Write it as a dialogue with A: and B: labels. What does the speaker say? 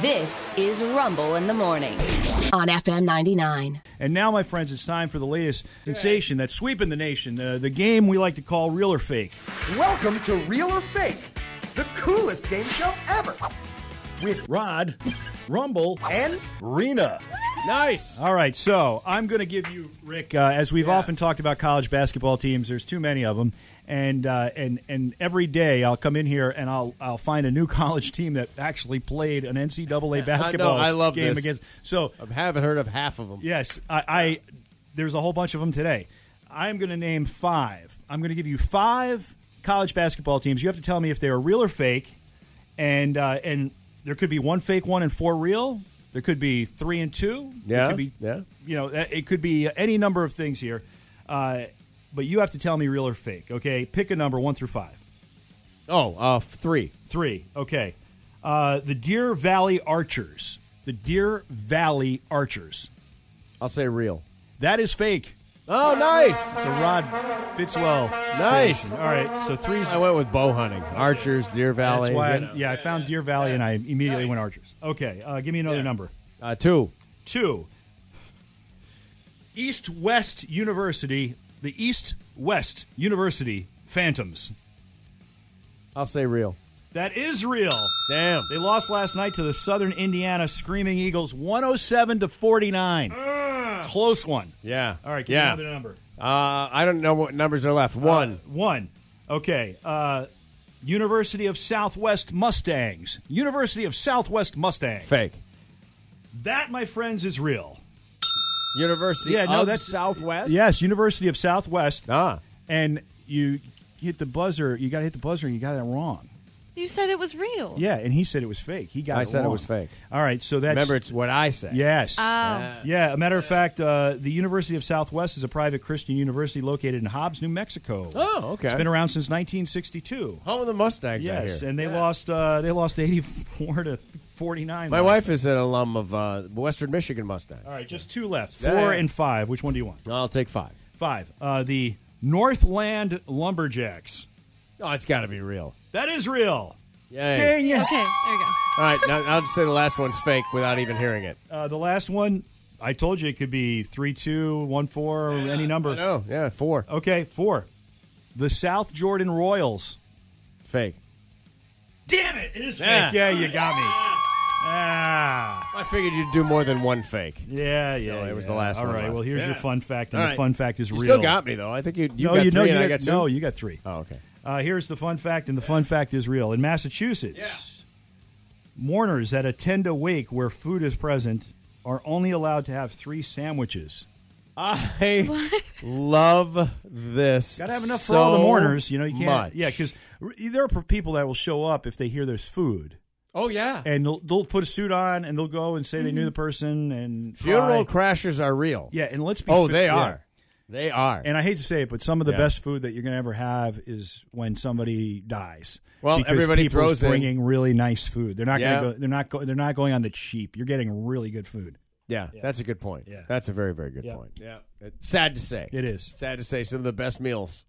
A: This is Rumble in the Morning on FM 99.
B: And now, my friends, it's time for the latest sensation that's sweeping the nation. Uh, the game we like to call Real or Fake.
C: Welcome to Real or Fake, the coolest game show ever. With
B: Rod, Rumble,
C: and
B: Rena.
D: Nice.
B: All right, so I'm going to give you, Rick, uh, as we've often talked about college basketball teams, there's too many of them. And, uh, and and every day I'll come in here and I'll I'll find a new college team that actually played an NCAA basketball
D: I love
B: game
D: this.
B: against. So
D: I haven't heard of half of them.
B: Yes, I, I there's a whole bunch of them today. I'm going to name five. I'm going to give you five college basketball teams. You have to tell me if they are real or fake, and uh, and there could be one fake one and four real. There could be three and two.
D: Yeah,
B: It could be,
D: yeah.
B: You know, that- it could be any number of things here. Uh, but you have to tell me real or fake. Okay, pick a number one through five.
D: Oh, uh, f- three.
B: Three. Okay. Uh, the Deer Valley Archers. The Deer Valley Archers.
D: I'll say real.
B: That is fake.
D: Oh, nice.
B: It's a Rod Fitzwell.
D: Nice.
B: creation. All right, so three's.
D: I went with bow hunting, archers, Deer Valley.
B: That's why. I, yeah, I found Deer Valley and I immediately went Archers. Okay, uh, give me another number.
D: uh, two.
B: Two. East West University, the East West University Phantoms.
D: I'll say real.
B: That is real.
D: Damn.
B: They lost last night to the Southern Indiana Screaming Eagles, 107 to 49. Close one.
D: Ah. Yeah.
B: All right, give me
D: Yeah.
B: another Uh, number.
D: Uh, I don't know what numbers are left. One.
B: One. Okay. Uh, University of Southwest Mustangs. University of Southwest Mustangs.
D: Fake.
B: That, my friends, is real.
D: University.
B: Yeah, no,
D: of
B: that's-
D: Southwest.
B: Yes, University of Southwest.
D: Ah.
B: And you hit the buzzer. You got to hit the buzzer, and you got it wrong.
E: You said it was real.
B: Yeah, and he said it was fake. He got.
D: I
B: it
D: said it
B: wrong.
D: was fake.
B: All right, so that's
D: Remember, it's what I said.
B: yes.
E: Oh.
B: yeah, a matter of fact, uh, the University of Southwest is a private Christian university located in Hobbs, New Mexico.
D: Oh, okay.
B: It's been around since 1962.
D: Home of the Mustangs. I
B: Yes,
D: hear.
B: and they lost. Uh, they lost 84 to 49.
D: my
B: last
D: wife is an alum of uh, Western Michigan Mustang.
B: All right, just two left. Four
D: Yeah, yeah.
B: and five. Which one do you want?
D: I'll take five.
B: Five. Uh, the Northland Lumberjacks.
D: Oh, it's got to be real.
B: That is real.
D: Yeah.
B: Dang it.
E: Okay, there you go.
D: All right, now, I'll just say the last one's fake without even hearing it.
B: Uh, the last one, I told you it could be three, two, one, four, or any number.
D: No, yeah, four.
B: Okay, four. The South Jordan Royals.
D: Fake.
B: Damn it! It is
D: Yeah.
B: fake. Yeah, you got me. Ah,
D: I figured you'd do more than one fake.
B: yeah, yeah.
D: it was
B: yeah.
D: the last
B: All
D: one
B: right.
D: left.
B: Well, here's your
D: Yeah.
B: fun fact, and
D: All
B: the
D: right.
B: fun fact is
D: you
B: real.
D: still got me, though. I think you, you
B: no,
D: got
B: you
D: three
B: know you
D: and I
B: got,
D: got two.
B: no, you got three.
D: Oh, okay.
B: Uh, here's the fun fact, and the fun fact is real. In Massachusetts, mourners that attend a wake where food is present are only allowed to have three sandwiches.
D: I love this.
B: Got to have enough for
D: so
B: all the mourners. You know, you can't.
D: Much.
B: Yeah, because there are people that will show up if they hear there's food,
D: oh yeah,
B: and they'll, they'll put a suit on and they'll go and say they knew the person and
D: Mm-hmm. funeral
B: cry.
D: crashers are real.
B: Yeah, and let's be.
D: Oh,
B: fa-
D: they
B: yeah.
D: are. They are.
B: And I hate to say it, but some of the
D: Yeah.
B: best food that you're going to ever have is when somebody dies.
D: Well,
B: because
D: everybody
B: people's
D: throws in-
B: bringing really nice food. They're not
D: Yeah.
B: going to go. They're not. Go, they're not going on the cheap. You're getting really good food.
D: yeah, that's a good point.
B: Yeah.
D: That's a very very good
B: Yeah.
D: point. Yeah. Sad to say.
B: It is.
D: Sad to say some of the best meals